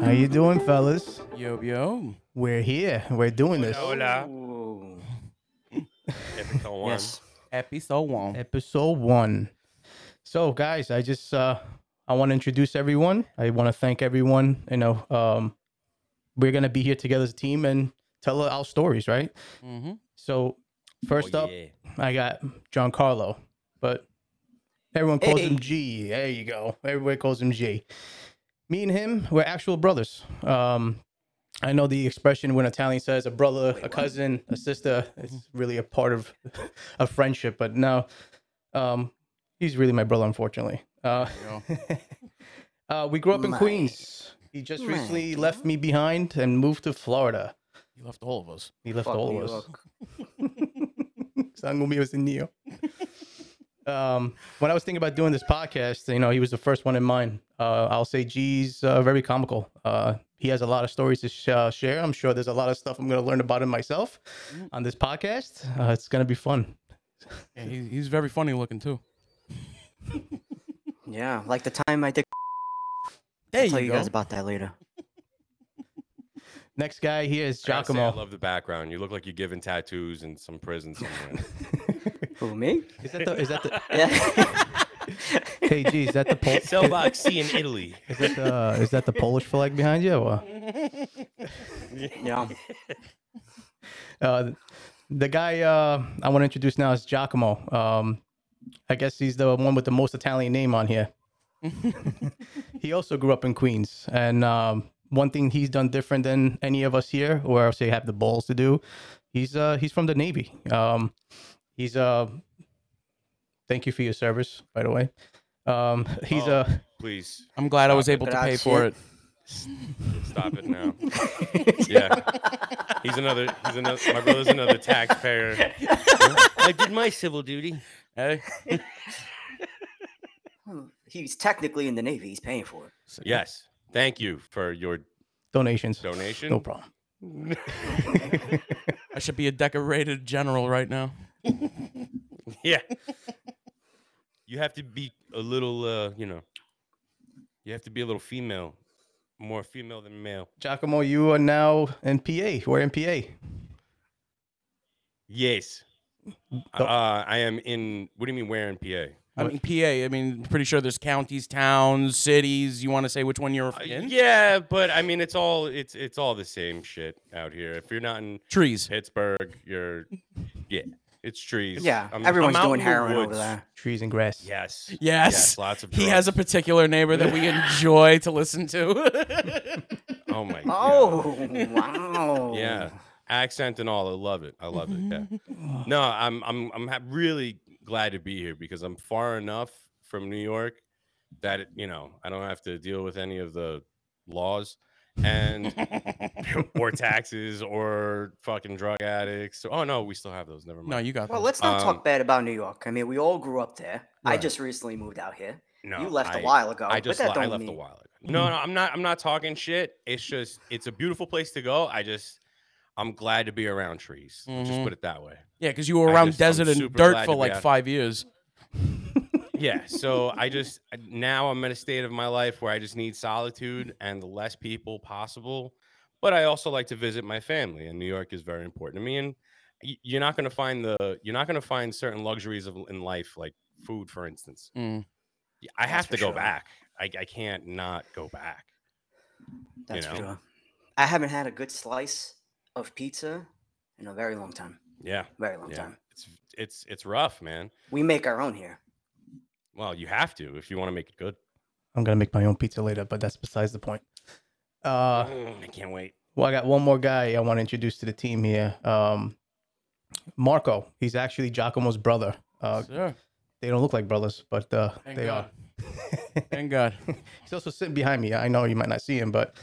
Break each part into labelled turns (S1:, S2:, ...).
S1: How you doing, fellas?
S2: Yo, yo.
S1: We're here. We're doing this.
S3: Hola.
S4: Ooh.
S3: Episode one.
S4: Yes.
S2: Episode one.
S1: Episode one. So, guys, I just uh I want to introduce everyone. I want to thank everyone. You know, um, we're gonna be here together as a team and tell our stories, right?
S2: Mm-hmm.
S1: So, first
S3: Oh,
S1: up,
S3: yeah.
S1: I got Giancarlo, but everyone calls
S4: Hey.
S1: him G. There you go. Everybody calls him G. Me and him, we're actual brothers. Um, I know the expression when Italian says a brother, a cousin, a sister. It's
S4: Mm-hmm.
S1: really a part of a friendship, but no, um, he's really my brother, unfortunately. Uh, uh, we grew up in
S4: My-
S1: Queens. He just
S4: my
S1: recently left me behind and moved to Florida.
S2: You left all of us.
S1: He left
S4: Fuck
S1: all
S4: New
S1: of us.
S4: York.
S1: Sango mío es el niño. Um, when I was thinking about doing this podcast, you know, he was the first one in mind. Uh, I'll say G's uh, very comical. Uh, he has a lot of stories to sh- uh, share. I'm sure there's a lot of stuff I'm going to learn about him myself
S3: Mm.
S1: on this podcast. Uh, it's going to be fun.
S2: Yeah, he's, he's very funny looking too.
S4: Yeah, like the time I did.
S2: There
S4: I'll tell
S2: you
S4: you,
S2: go.
S4: guys about that later.
S1: Next guy here is
S3: I gotta say, I
S1: Giacomo.
S3: love the background. You look like you're giving tattoos in some prison somewhere.
S4: Who me?
S1: Is that the? Is that the?
S4: Yeah.
S1: Hey, G, is that the? Pol- is,
S3: Cellbox C in Italy.
S1: is that the? Is that the Polish flag behind you? Or?
S4: yeah.
S1: Uh, the guy uh, I want to introduce now is Giacomo. Um, I guess he's the one with the most Italian name on here. he also grew up in Queens, and um, one thing he's done different than any of us here, or else they have the balls to do, he's uh, he's from the Navy. Um, he's uh, thank you for your service, by the way. Um, he's
S3: Oh.
S1: a
S3: Please
S2: I'm glad I was able to pay for it.
S3: stop it now. yeah. He's another. He's another. My brother's another taxpayer. I did my civil duty.
S2: Hey.
S4: He's technically in the Navy. He's paying for it.
S3: Yes. Thank you for your
S1: donations.
S3: donation.
S1: No problem.
S2: I should be a decorated general right now.
S3: Yeah. You have to be a little. Uh, you know. You have to be a little female, more female than male.
S1: Giacomo, you are now in PA. We're in PA.
S3: Yes. Uh, I am in. What do you mean? Where in PA?
S2: I mean, PA. I mean, pretty sure there's counties, towns, cities. You want to say which one you're
S3: Uh,
S2: in?
S3: Yeah, but I mean, it's all it's it's all the same shit out here. If you're not in
S2: Trees.
S3: Pittsburgh, you're yeah, it's trees.
S4: Yeah.
S3: I'm-
S4: everyone's
S3: I'm out
S4: doing
S3: in the
S4: heroin over
S3: woods.
S4: there.
S1: Trees and grass.
S3: Yes.
S2: Yes.
S3: lots of.
S2: He has a
S3: drugs.
S2: particular neighbor that we enjoy to listen to.
S3: Oh my. God.
S4: Oh, wow.
S3: Yeah. Accent and all, I love it. I love it.
S2: Mm-hmm.
S3: Yeah. no, I'm I'm I'm ha- really glad to be here because I'm far enough from New York that you know I don't have to deal with any of the laws and or taxes or fucking drug addicts. Oh no, we still have those. Never mind.
S2: no, you got
S4: Well,
S2: that.
S4: let's not
S3: Um,
S4: talk bad about New York. I mean, we all grew up there. I
S1: Right.
S4: just recently moved out here.
S3: no,
S4: you left
S3: a
S4: a while ago.
S3: I just
S4: but
S3: le-
S4: that
S3: I
S4: don't
S3: left
S4: mean...
S3: a while ago. No, no, I'm not. I'm not talking shit. It's just it's a beautiful place to go. I just I'm glad to be around trees. Just
S4: Mm-hmm.
S2: Mhm.
S3: put it that way.
S2: Yeah, because you were
S3: I
S2: around
S3: just- I'm
S2: desert and
S3: super
S2: dirt
S3: glad
S2: for
S3: to be
S2: like
S3: out.
S2: five years.
S3: Yeah. So I just now I'm in a state of my life where I just need solitude and the less people possible. But I also like to visit my family, and New York is very important to me. And y- you're not going to find the you're not going to find certain luxuries of in life like food, for instance.
S2: Mm.
S3: Y- I
S4: That's
S3: have
S4: for
S3: to go
S4: sure.
S3: back. I, I can't not go back.
S4: That's for
S3: know.
S4: sure. I haven't had a good slice of pizza in a very long time.
S3: Yeah.
S4: Very long
S3: Yeah.
S4: time.
S3: It's it's it's rough, man.
S4: We make our own here.
S3: Well, you have to if you want to make it good.
S1: I'm gonna make my own pizza later, but that's besides the point. Uh,
S3: Mm, I can't wait.
S1: well, I got one more guy I want to introduce to the team here. Um, Marco. He's actually Giacomo's brother. Uh,
S2: Sure.
S1: they don't look like brothers, but uh,
S2: Thank
S1: they
S2: God.
S1: are.
S2: Thank God.
S1: He's also sitting behind me. I know you might not see him, but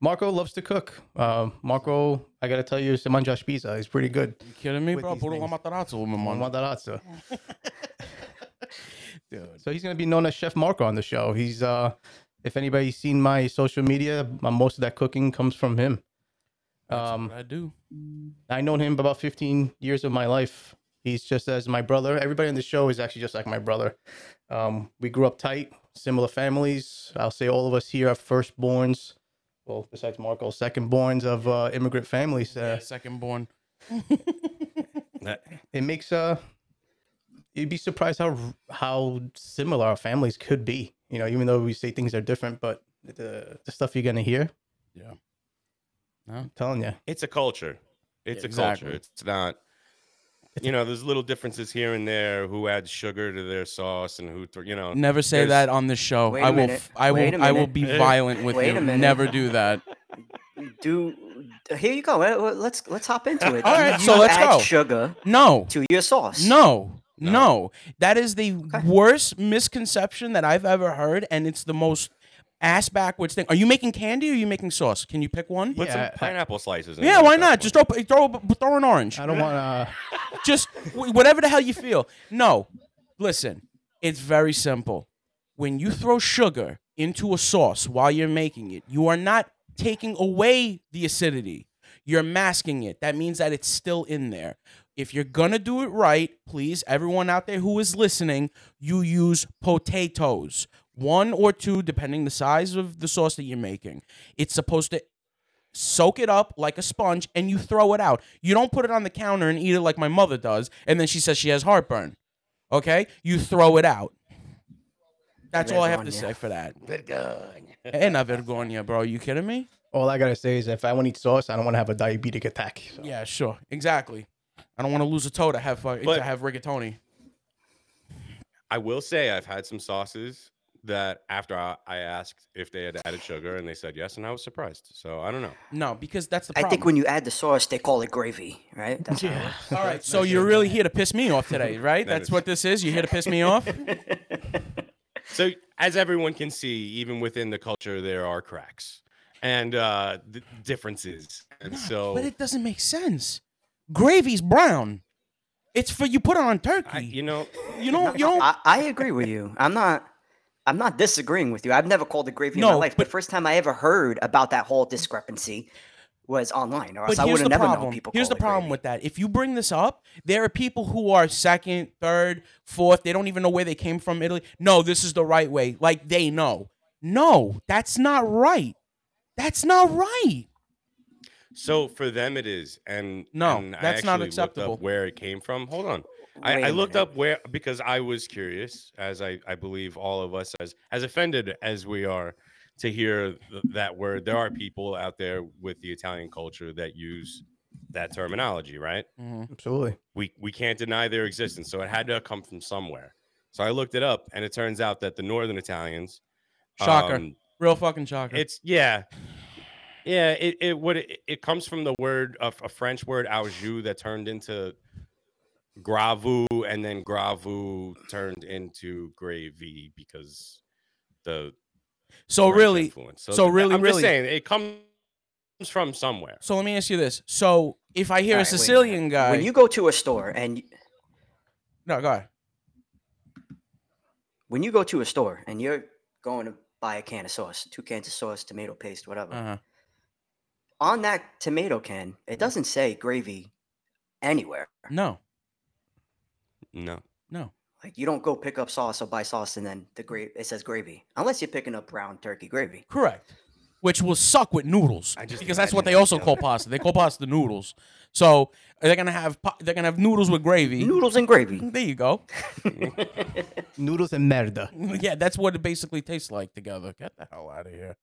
S1: Marco loves to cook. Um, Marco, I gotta tell you, se mangia pizza. He's pretty good.
S2: You kidding me,
S1: With
S2: bro?
S1: these
S2: Puro la
S1: things.
S2: materazzo, my man.
S1: Mandarazzo.
S2: Dude.
S1: So he's gonna be known as Chef Marco on the show. He's uh, if anybody's seen my social media, my- most of that cooking comes from him.
S2: That's
S1: Um,
S2: what I do.
S1: I known him about 15 years of my life. He's just as my brother. Everybody on the show is actually just like my brother. Um, we grew up tight, similar families. I'll say all of us here are firstborns. Well, besides Marco, secondborns of uh, immigrant families. Uh,
S2: Yeah, second born.
S3: That-
S1: It makes uh, you'd be surprised how how similar our families could be. You know, even though we say things are different, but the the stuff you're gonna hear,
S2: Yeah. No.
S1: I'm telling you,
S3: it's a culture. It's a
S2: Exactly.
S3: culture. It's not. You know, there's little differences here and there. Who adds sugar to their sauce and who, thro- you know,
S2: Never say
S3: There's-
S2: that on the show.
S4: Uh, Wait
S2: I
S4: a
S2: will.
S4: minute.
S2: f- I
S4: Wait
S2: will.
S4: a
S2: I will
S4: minute.
S2: be
S3: Hey.
S2: violent with
S4: Wait
S2: you.
S4: a minute.
S2: Never do that.
S4: Do here you go. let- let- Let's let's hop into it.
S2: Uh, All
S4: You-
S2: right,
S4: you
S2: so let's
S4: add
S2: go.
S4: Sugar
S2: No.
S4: to your sauce.
S2: No.
S3: No.
S2: No. That is the worst misconception that I've ever heard, and it's the most ass backwards thing. Are you making candy or are you making sauce? Can you pick one?
S3: put
S1: Yeah,
S3: some pineapple slices. in
S2: Yeah,
S3: there
S2: why
S3: at that
S2: not?
S3: point.
S2: Just throw, throw throw an orange.
S1: I don't want to.
S2: Just wh- whatever the hell you feel. No, listen, it's very simple. When you throw sugar into a sauce while you're making it, you are not taking away the acidity. You're masking it. That means that it's still in there. If you're gonna do it right, please, everyone out there who is listening, you use potatoes, one or two, depending the size of the sauce that you're making. It's supposed to soak it up like a sponge and you throw it out. You don't put it on the counter and eat it like my mother does, and then she says she has heartburn. Okay? You throw it out. That's all I have to
S4: Vergonia.
S2: say for that. Vergonia. Not vergonia, bro. You kidding me?
S1: All I gotta say is, if I want to eat sauce, I don't want to have a diabetic attack. So.
S2: Yeah, sure. Exactly. I don't want to lose a toe to have fu-
S3: But-
S2: to have rigatoni.
S3: I will say I've had some sauces that after I, I asked if they had added sugar and they said yes, and I was surprised. So I don't know.
S2: No, because that's the
S4: I
S2: problem.
S4: think when you add the sauce, they call it gravy, right? That's how it works.
S2: All right, so you're really here to piss me off today, right?
S3: That
S2: That's
S3: is-
S2: what this is. You're here to piss me off.
S3: So as everyone can see, even within the culture, there are cracks and uh, th- differences. And so,
S2: But it doesn't make sense. Gravy's brown. It's for you put it on turkey.
S3: I, you know,
S2: You don't. You don't.
S4: I, I agree with you. I'm not. I'm not disagreeing with you. I've never called it gravy in my
S2: No,
S4: life.
S2: but-
S4: the first time I ever heard about that whole discrepancy was online, or
S2: but
S4: else I would
S2: here's
S4: have
S2: the
S4: never known
S2: problem.
S4: people.
S2: Here's
S4: call
S2: the
S4: it
S2: problem
S4: gravy.
S2: with that. If you bring this up, there are people who are second, third, fourth. They don't even know where they came from. Italy. No, this is the right way. Like they know. No, that's not right. That's not right.
S3: so for them it is, and
S2: No,
S3: and I
S2: that's not
S3: actually looked up
S2: acceptable.
S3: where it came from. Hold on, I,
S4: Wait
S3: I
S4: a
S3: looked
S4: minute.
S3: up where because I was curious, as I, I believe all of us, as as offended as we are to hear th- that word. There are people out there with the Italian culture that use that terminology, right?
S1: Absolutely.
S3: we we can't deny their existence. So it had to come from somewhere. So I looked it up, and it turns out that the Northern Italians,
S2: Shocker.
S3: um,
S2: Real fucking shocker.
S3: it's yeah, yeah. It it would it, it comes from the word of a French word au jus that turned into gravu, and then gravu turned into gravy because the
S2: so
S3: French
S2: really.
S3: influence.
S2: so
S3: th-
S2: really,
S3: I'm
S2: really-
S3: just saying it comes from somewhere.
S2: So let me ask you this. So if I hear a
S4: All right, wait minute.
S2: Sicilian guy,
S4: When you go to a store and y-
S2: no, go ahead.
S4: when you go to a store and you're going to buy a can of sauce, two cans of sauce, tomato paste, whatever.
S2: Uh-huh.
S4: On that tomato can,
S2: Mm-hmm.
S4: it doesn't say gravy anywhere.
S2: No,
S3: No,
S2: no.
S4: Like you don't go pick up sauce or buy sauce and then the gra- it says gravy, unless you're picking up brown turkey gravy.
S2: Correct. Which will suck with noodles,
S3: I just
S2: because that's what they
S3: imagine
S2: also
S3: it
S2: call pasta. They call pasta the noodles. So they're gonna have pa- they're gonna have noodles with gravy.
S4: Noodles and gravy.
S2: There you go.
S1: Noodles and merda.
S2: yeah, that's what it basically tastes like together. Get the hell out of here.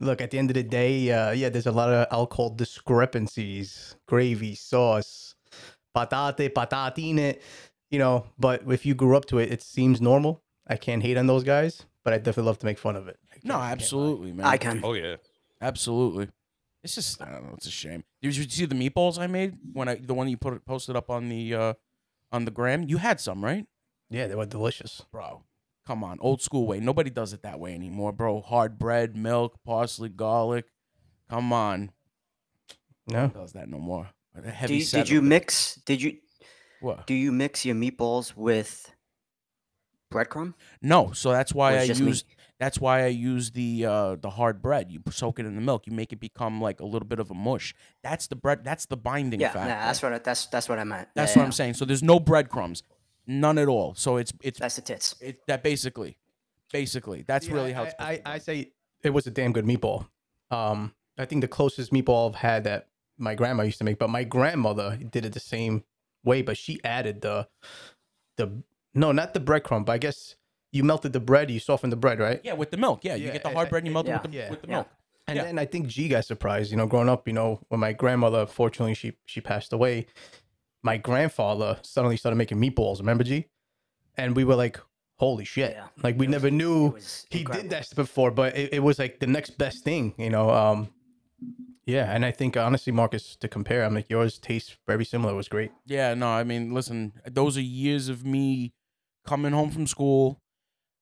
S1: Look, at the end of the day, uh, yeah, there's a lot of alcohol discrepancies, gravy, sauce, patate, patatine, you know. But if you grew up to it, it seems normal. I can't hate on those guys, but I definitely love to make fun of it.
S2: No, absolutely, man.
S4: I can.
S3: Oh yeah.
S2: Absolutely. It's just I don't know. It's a shame. Did you see the meatballs I made when I the one you put posted up on the uh on the gram? You had some, right,
S1: Yeah, they were delicious.
S2: bro? Come on, old school way. Nobody does it that way anymore, bro. Hard bread, milk, parsley, garlic. Come on,
S1: No,
S2: does that no more. The heavy
S4: Do you,
S2: set
S4: did you
S2: of the-
S4: mix? Did you
S2: What?
S4: do you mix your meatballs with breadcrumb?
S2: No, so that's
S4: Or
S2: why
S4: it's
S2: I
S4: just meat?
S2: used that's why I use the uh, the hard bread. You soak it in the milk. You make it become like a little bit of a mush. That's the bread. That's the binding
S4: Yeah, nah,
S2: factor.
S4: that's what I, that's that's what I meant.
S2: That's
S4: Yeah,
S2: what
S4: yeah,
S2: I'm saying. So there's no breadcrumbs, none at all. So it's it's
S4: That's the tits.
S2: it, that basically Basically, that's
S1: Yeah,
S2: really how it's.
S1: I, I,
S2: supposed to
S1: I
S2: be
S1: say it was a damn good meatball. Um, I think the closest meatball I've had that my grandma used to make, but my grandmother did it the same way, but she added the the no, not the breadcrumb, but I guess you melted the bread, you softened the bread, right?
S2: done. yeah, with the milk. Yeah, you
S1: Yeah,
S2: get the
S1: I-
S2: hard
S1: I-
S2: bread and you melt it
S4: yeah,
S2: with the,
S1: yeah,
S2: with the
S4: yeah.
S2: milk.
S1: And
S2: Yeah.
S1: then I think G got surprised, you know, growing up, you know, when my grandmother, fortunately, she she passed away, my grandfather suddenly started making meatballs. Remember G? And we were like, holy shit!
S4: Yeah.
S1: Like we
S4: It was-
S1: never knew
S4: It was
S1: he
S4: incredible.
S1: did that before, but it, it was like the next best thing, you know. Um, yeah, and I think honestly, Marcus, to compare, I'm like yours tastes very similar. It was great.
S2: Yeah, no, I mean, listen, those are years of me coming home from school,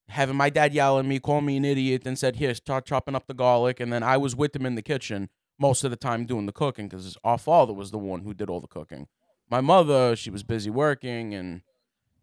S2: having my dad yell at me, call me an idiot, then said, "Here, start chopping up the garlic," and then I was with him in the kitchen most of the time doing the cooking because our father was the one who did all the cooking. My mother, she was busy working, and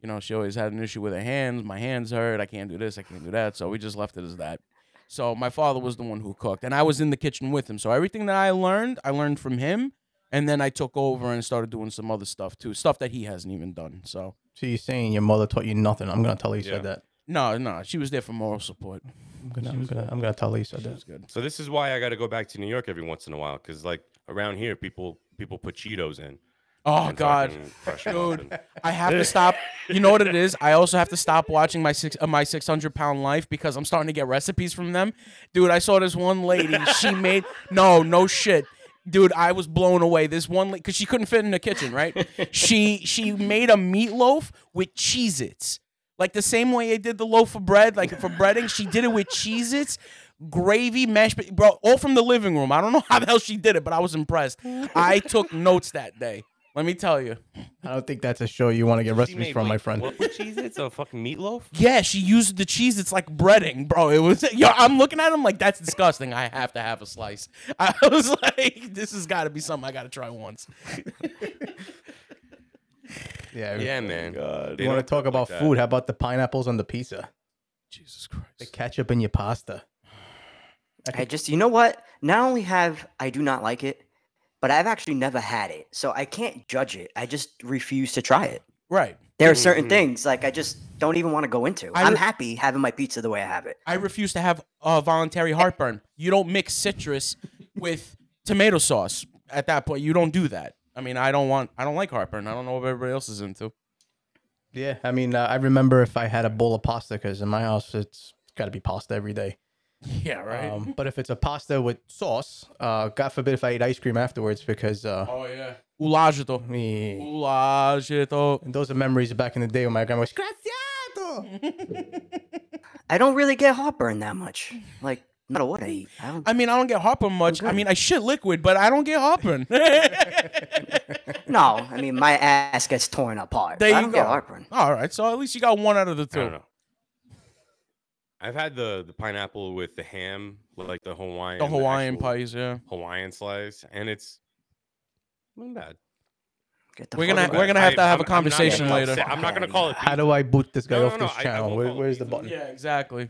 S2: you know, she always had an issue with her hands. My hands hurt. I can't do this. I can't do that. So we just left it as that. So my father was the one who cooked, and I was in the kitchen with him. So everything that I learned, I learned from him, and then I took over and started doing some other stuff too, stuff that he hasn't even done. So
S1: So you're saying your mother taught you nothing? I'm gonna tell her you said that.
S2: no, no, she was there for moral support.
S1: I'm gonna, I'm gonna, I'm gonna tell her you said
S2: She
S1: that.
S2: was good.
S3: So this is why I got to go back to New York every once in a while, because like around here, people people put Cheetos in.
S2: Oh
S3: and
S2: God,
S3: fucking crush 'em up
S2: Dude.
S3: and-
S2: I have to stop. You know what it is? I also have to stop watching my six uh, my six hundred pound life because I'm starting to get recipes from them. Dude, I saw this one lady. She made no, no shit. Dude, I was blown away. This one because she couldn't fit in the kitchen, right? she she made a meatloaf with Cheez-Its. Like the same way they did the loaf of bread, like for breading, she did it with Cheez-Its, gravy, mashed, pot- bro, all from the living room. I don't know how the hell she did it, but I was impressed. I took notes that day. Let me tell you.
S1: I don't think that's a show you want to get
S3: She
S1: recipes
S3: made,
S1: from, my
S3: wait,
S1: friend.
S3: What with cheese? It's a fucking meatloaf.
S2: Yeah, she used the cheese. It's like breading, bro. It was. Yo, I'm looking at him like that's disgusting. I have to have a slice. I was like, this has got to be something I got to try once.
S1: Yeah,
S3: Yeah, man.
S2: Oh,
S3: They
S1: You want to
S3: don't
S1: talk
S3: cook like
S1: about
S3: that.
S1: food? How about the pineapples on the pizza?
S2: Jesus Christ.
S1: The ketchup in your pasta.
S4: I just, you know what? Not only have I do not like it, but I've actually never had it, so I can't judge it. I just refuse to try it.
S2: Right.
S4: There are certain
S3: Mhm.
S4: things like I just don't even want to go into.
S2: Mm-hmm. I
S4: I'm
S2: re-
S4: happy having my pizza the way I have it.
S2: I refuse to have uh, voluntary heartburn. You don't mix citrus with tomato sauce. At that point, you don't do that. I mean, I don't want. I don't like heartburn. I don't know what everybody else is into.
S1: Yeah, I mean, uh, I remember if I had a bowl of pasta because in my house it's got to be pasta every day.
S2: Yeah.
S1: Um, but if it's a pasta with sauce, uh, God forbid if I eat ice cream afterwards because uh,
S2: oh yeah. Ulajito.
S1: me,
S2: Ulajito.
S1: and those are memories back in the day when my grandma was "Graziato!"
S4: I don't really get heartburn that much. Like, no matter what I eat, I don't.
S2: Mm. I mean, I don't get heartburn much. I mean, I shit liquid, but I don't get heartburn.
S4: no, I mean my ass gets torn apart.
S2: There
S4: I
S2: you
S4: don't get
S2: go.
S4: heartburn.
S2: All right, so at least you got one out of the
S3: I don't
S2: two.
S3: know. I've had the the pineapple with the ham, like the Hawaiian,
S2: The Hawaiian
S3: actual
S2: pies, yeah.
S3: Hawaiian slice, and it's not bad.
S4: Get the
S2: We're
S4: fuck
S2: gonna-
S4: away.
S2: we're gonna have to
S3: I-
S2: have a
S3: I'm- I'm not gonna
S2: conversation
S3: call it
S2: later.
S3: sa- I'm not gonna
S4: Fucking
S3: call it.
S1: How do I boot this guy
S3: No,
S1: off
S3: no, no,
S1: this
S3: I- I
S1: channel?
S3: won't
S1: Where,
S3: call it
S1: where's the
S3: pizza.
S1: button?
S2: Yeah, exactly.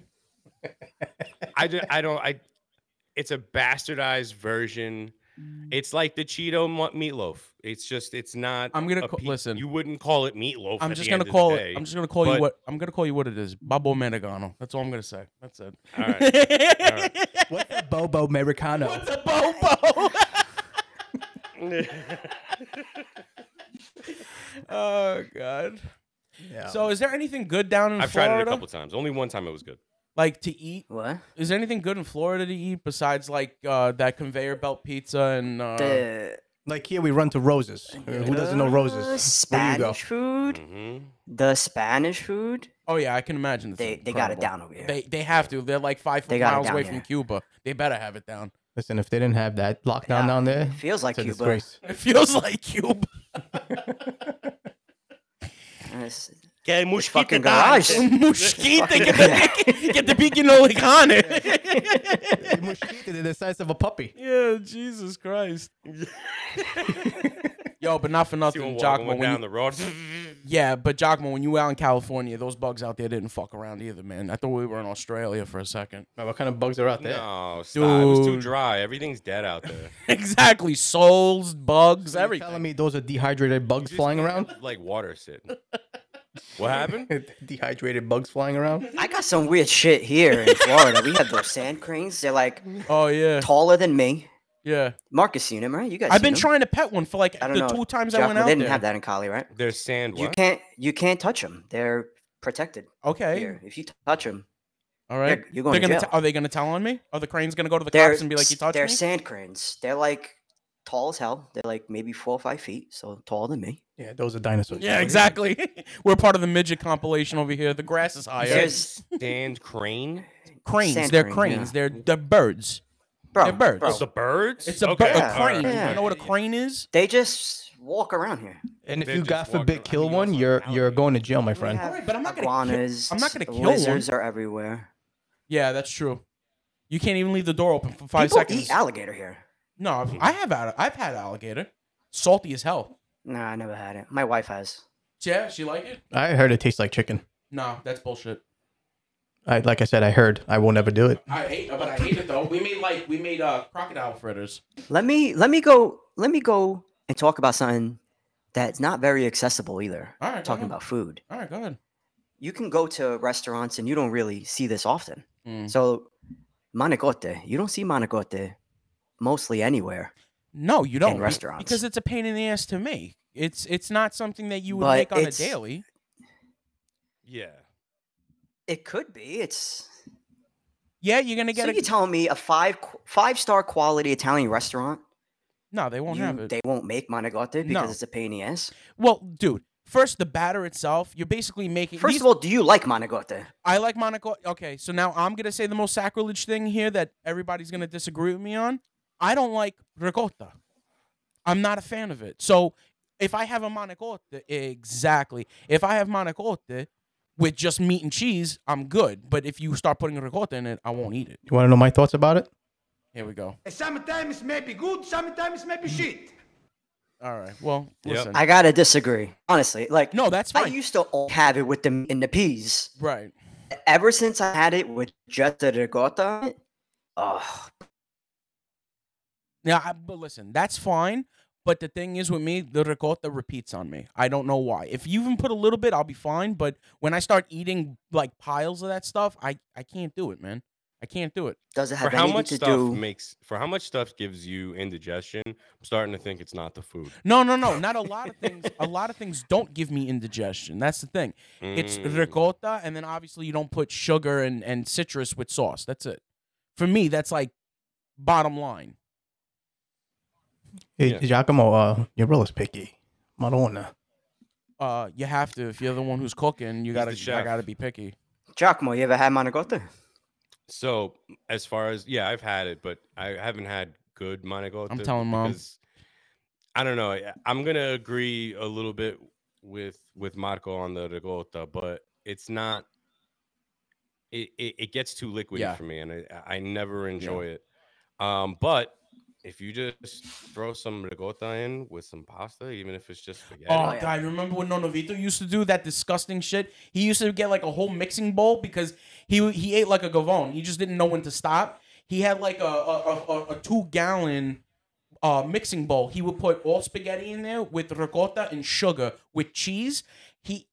S3: I, ju- I don't I it's a bastardized version.
S2: Mm.
S3: It's like the Cheeto mu- meatloaf. It's just it's not
S2: I'm gonna
S3: a
S2: ca- listen.
S3: You wouldn't call it meatloaf.
S2: I'm
S3: at
S2: just
S3: the end
S2: gonna
S3: of the
S2: call
S3: day.
S2: it. I'm just gonna call you
S3: but-
S2: what. I'm gonna call you what it is. Babo Menegano. That's all I'm gonna say. That's it.
S3: All right.
S1: What's a bobo americano?
S2: What's a bobo? oh God.
S1: Yeah.
S2: So, is there anything good down in
S3: Um, I've tried it a
S2: Florida?
S3: couple times. Only one time it was good.
S2: like to eat?
S4: What?
S2: Is there anything good in Florida to eat besides like uh, that conveyor belt pizza and uh,
S4: The
S1: like here we run to roses. Uh, Who doesn't know
S4: uh,
S1: roses? Where do you go?
S4: Spanish food.
S3: hmm
S4: The Spanish food.
S2: Oh yeah, I can imagine. It's
S4: They they got it
S2: incredible.
S4: down over here.
S2: They they have to. They're like five
S4: They got it
S2: miles
S4: down
S2: away
S4: here.
S2: from Cuba. They better have it down.
S1: Listen, if they didn't have that lockdown
S4: Yeah,
S1: down there,
S4: it feels like
S1: it's a
S4: Cuba.
S1: disgrace.
S2: It feels like Cuba.
S4: It's-
S3: Que
S4: it's fucking garage.
S2: Mosquito. Get
S4: Yeah.
S2: the get the big no like on
S1: The
S2: it.
S1: mosquito, they're the size of a puppy.
S2: Yeah, Jesus Christ. Yo, but not for nothing, Jockman.
S3: down
S2: When you,
S3: the road.
S2: yeah, but Jockman, when you were out in California, those bugs out there didn't fuck around either, man. I thought we were in Australia for a second.
S1: Man, what kind of bugs are out there?
S3: no, stop. It was too
S2: Dude.
S3: dry. Everything's dead out there.
S2: exactly, souls, bugs,
S1: You're
S2: everything.
S1: telling me those are dehydrated bugs
S3: Just
S1: flying
S3: can't
S1: around?
S3: let, Like water sit. What happened?
S1: Dehydrated bugs flying around.
S4: I got some weird shit here in Florida. we have those sand cranes. They're like
S2: Oh yeah,
S4: taller than me.
S2: yeah.
S4: Marcus seen them, right? You guys.
S2: I've been
S4: seen 'em.
S2: trying to pet one for like
S4: I don't
S2: the
S4: know.
S2: two times I
S4: Jack-
S2: went
S4: well,
S2: out
S4: they didn't
S2: there.
S4: have that in Cali, right?
S3: There's sand.
S4: You
S3: What?
S4: can't. You can't touch them. They're protected
S2: Okay,
S4: here. If you touch them,
S2: all right.
S4: They're- you're going
S2: They're
S4: to
S2: gonna
S4: jail.
S2: t- are they gonna tell on me? Are the cranes gonna go to the
S4: they're,
S2: cops and be like, "You
S4: s-
S2: touched
S4: they're
S2: me"?
S4: sand cranes. They're like tall as hell. They're like maybe four or five feet, so taller than me.
S1: Yeah, those are dinosaurs.
S2: yeah, exactly. We're part of the midget compilation over here. The grass is higher.
S4: There's
S3: Sand crane.
S2: cranes.
S4: sand
S2: they're
S4: crane, yeah.
S2: cranes. They're they're birds.
S4: bro.
S2: They're birds.
S4: bro,
S3: It's the birds.
S2: Oh. It's a, bir-
S3: Okay,
S2: a
S4: Yeah.
S3: all right.
S2: crane.
S4: Yeah.
S2: You know what a crane is?
S4: They just walk around here.
S1: And if
S3: They're
S1: you
S3: just
S1: God
S3: walking
S1: forbid
S3: around.
S1: kill
S3: You
S1: one,
S3: also
S1: you're
S3: have
S1: you're
S3: alligators.
S1: going to jail, my
S4: We
S1: friend.
S4: have
S2: Alright, but I'm not gonna kill-
S4: iguanas.
S2: I'm not gonna
S4: the
S2: kill one.
S4: Lizards are everywhere.
S2: Yeah, that's true. You can't even leave the door open for five
S4: People
S2: seconds.
S4: eat alligator here.
S2: no, I've- I have had I've had alligator. Salty as hell.
S4: Nah, I never had it. My wife has.
S2: Yeah, she like it?
S1: I heard it tastes like chicken.
S2: No, that's bullshit.
S1: I like I said, I heard. I will never do it.
S2: I hate, but I hate it though. We made like we made uh crocodile fritters.
S4: Let me let me go let me go and talk about something that's not very accessible either.
S2: All right, go
S4: Talking
S2: ahead.
S4: about food.
S2: All right, go ahead.
S4: You can go to restaurants and you don't really see this often.
S2: Mm.
S4: So manicote, you don't see manicote mostly anywhere.
S2: No, you don't. be-
S4: restaurants.
S2: because it's a pain in the ass to make. It's it's not something that you would
S4: But
S2: make on a
S4: it's-
S2: daily.
S3: Yeah.
S4: It could be. It's
S2: Yeah, you're gonna get
S4: so
S2: a
S4: you telling me a five five star quality Italian restaurant
S2: no. They won't
S4: you-
S2: have it.
S4: They won't make manicotti because
S2: No.
S4: it's a pain in the ass.
S2: well, dude, first the batter itself. You're basically making.
S4: First
S2: these,
S4: of all, do you like manicotti?
S2: I like Monaco. Okay, so now I'm gonna say the most sacrilege thing here that everybody's gonna disagree with me on. I don't like ricotta. I'm not a fan of it. So if I have a manicotta, exactly. If I have manicotta with just meat and cheese, I'm good. But if you start putting ricotta in it, I won't eat it.
S1: You want to know my thoughts about it?
S2: Here we go.
S5: Sometimes maybe good, sometimes maybe shit.
S2: All right. Well,
S3: Yep.
S2: listen.
S4: I gotta disagree. Honestly, like
S2: no, that's
S4: I
S2: fine.
S4: used to all have it with the meat and the peas.
S2: right.
S4: Ever since I had it with just the ricotta, on it, oh,
S2: Now, I, but listen, that's fine. But the thing is with me, the ricotta repeats on me. I don't know why. If you even put a little bit, I'll be fine. But when I start eating like piles of that stuff, I, I can't do it, man. I can't do it.
S4: does it
S3: For
S4: have
S3: how
S4: anything
S3: much
S4: to
S3: stuff
S4: do?
S3: makes for how much stuff gives you indigestion? I'm starting to think it's not the food.
S2: No, no, no. Not a lot of things. a lot of things don't give me indigestion. That's the thing. It's
S3: Mm.
S2: ricotta, and then obviously you don't put sugar and, and citrus with sauce. That's it. For me, that's like bottom line.
S1: Hey,
S3: Yeah.
S1: Giacomo, uh, your brother's picky. Madonna.
S2: Uh, you have to if you're the one who's cooking, you
S3: He's the
S2: gotta I
S3: chef.
S2: gotta be picky.
S4: Giacomo, you ever had manicotti?
S3: So as far as yeah, I've had it, but I haven't had good Monaco.
S2: I'm telling Mom.
S3: I don't know. I- I'm gonna agree a little bit with with Marco on the ricotta, but it's not. It it, it gets too liquidy
S2: Yeah.
S3: for me, and I, I never enjoy it. Um, but if you just throw some ricotta in with some pasta, even if it's just spaghetti,
S2: Oh,
S4: yeah.
S2: God. Remember when Nonovito used to do that disgusting shit? He used to get like a whole mixing bowl because he he ate like a Gavone. He just didn't know when to stop. He had like a, a, a, a two gallon uh, mixing bowl. He would put all spaghetti in there with ricotta and sugar with cheese. He,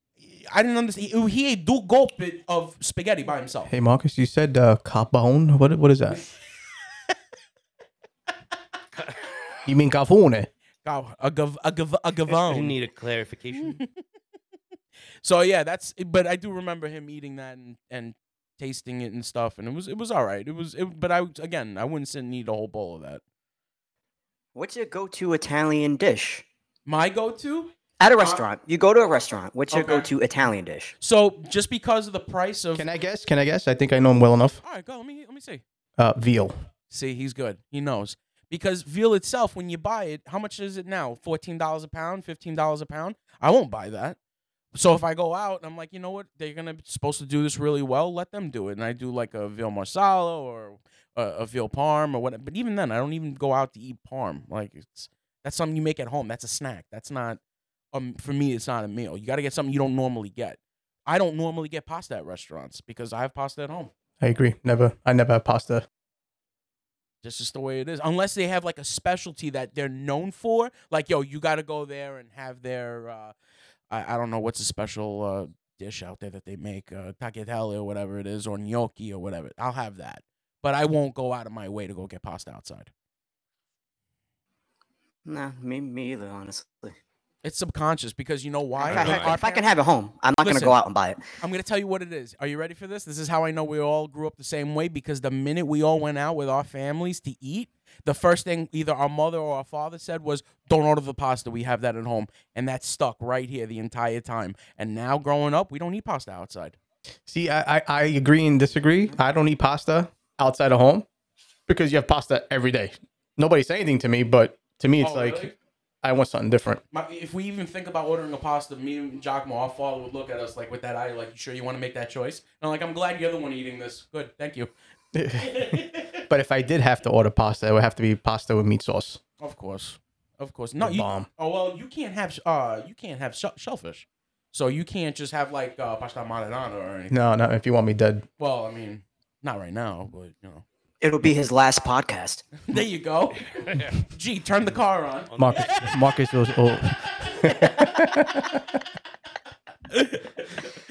S2: I didn't understand. He, he ate two gulp of spaghetti by himself.
S1: Hey, Marcus, you said uh, capone. What what is that? you mean cafone?
S2: God, a, gav, a, gav, a
S3: I
S2: Gavone.
S3: need a clarification.
S2: So yeah, that's. But I do remember him eating that and, and tasting it and stuff, and it was it was all right. It was. It, but I again, I wouldn't say need a whole bowl of that.
S4: What's your go-to Italian dish
S2: My go-to.
S4: at a restaurant? You go to a restaurant. What's your
S2: okay.
S4: go-to Italian dish?
S2: So just because of the price of.
S1: Can I guess? Can I guess? I think I know him well enough.
S2: all right, go. Let me let me see.
S1: Uh, veal.
S2: See, he's good. He knows because veal itself, when you buy it, how much is it now? Fourteen dollars a pound, fifteen dollars a pound. I won't buy that. So if I go out and I'm like, you know what, they're gonna supposed to do this really well. Let them do it, and I do like a veal marsala or a, a veal parm or whatever. But even then, I don't even go out to eat parm. Like it's that's something you make at home. That's a snack. That's not um for me. It's not a meal. You got to get something you don't normally get. I don't normally get pasta at restaurants because I have pasta at home.
S1: I agree. Never. I never had pasta.
S2: That's just the way it is. Unless they have like a specialty that they're known for, like yo, you got to go there and have their uh, I, I don't know what's a special uh, dish out there that they make, uh, tagliatelle or whatever it is, or gnocchi or whatever. I'll have that, but I won't go out of my way to go get pasta outside.
S4: Nah, me, me either, honestly.
S2: It's subconscious because you know why?
S4: if, I,
S3: know.
S4: ha-
S3: Our
S4: if I can have it home, I'm not going to
S2: Listen.
S4: go out and buy it.
S2: I'm gonna tell you what it is. Are you ready for this? This is how I know we all grew up the same way because the minute we all went out with our families to eat, the first thing either our mother or our father said was, "Don't order the pasta. We have that at home," and that stuck right here the entire time. And now growing up, we don't eat pasta outside.
S1: See, I, I, I agree and disagree. I don't eat pasta outside of home because you have pasta every day. Nobody say anything to me, but to me, it's
S2: Oh,
S1: like
S2: really?
S1: I want something different.
S2: My, if we even think about ordering a pasta, me and Giacomo, our father would look at us like with that eye, like, "You sure you want to make that choice?" And I'm like, "I'm glad you're the one eating this. Good, thank you."
S1: But if I did have to order pasta, it would have to be pasta with meat sauce.
S2: Of course, of course. No,
S1: The
S2: you,
S1: bomb.
S2: Oh well, you can't have sh- uh, you can't have shell shellfish, so you can't just have like uh, pasta marinara or anything.
S1: No, no, if you want me dead.
S2: Well, I mean, not right now, but you know.
S4: It'll be his last podcast.
S2: there you go. Gee, turn the car on.
S1: Marcus, Marcus will, will-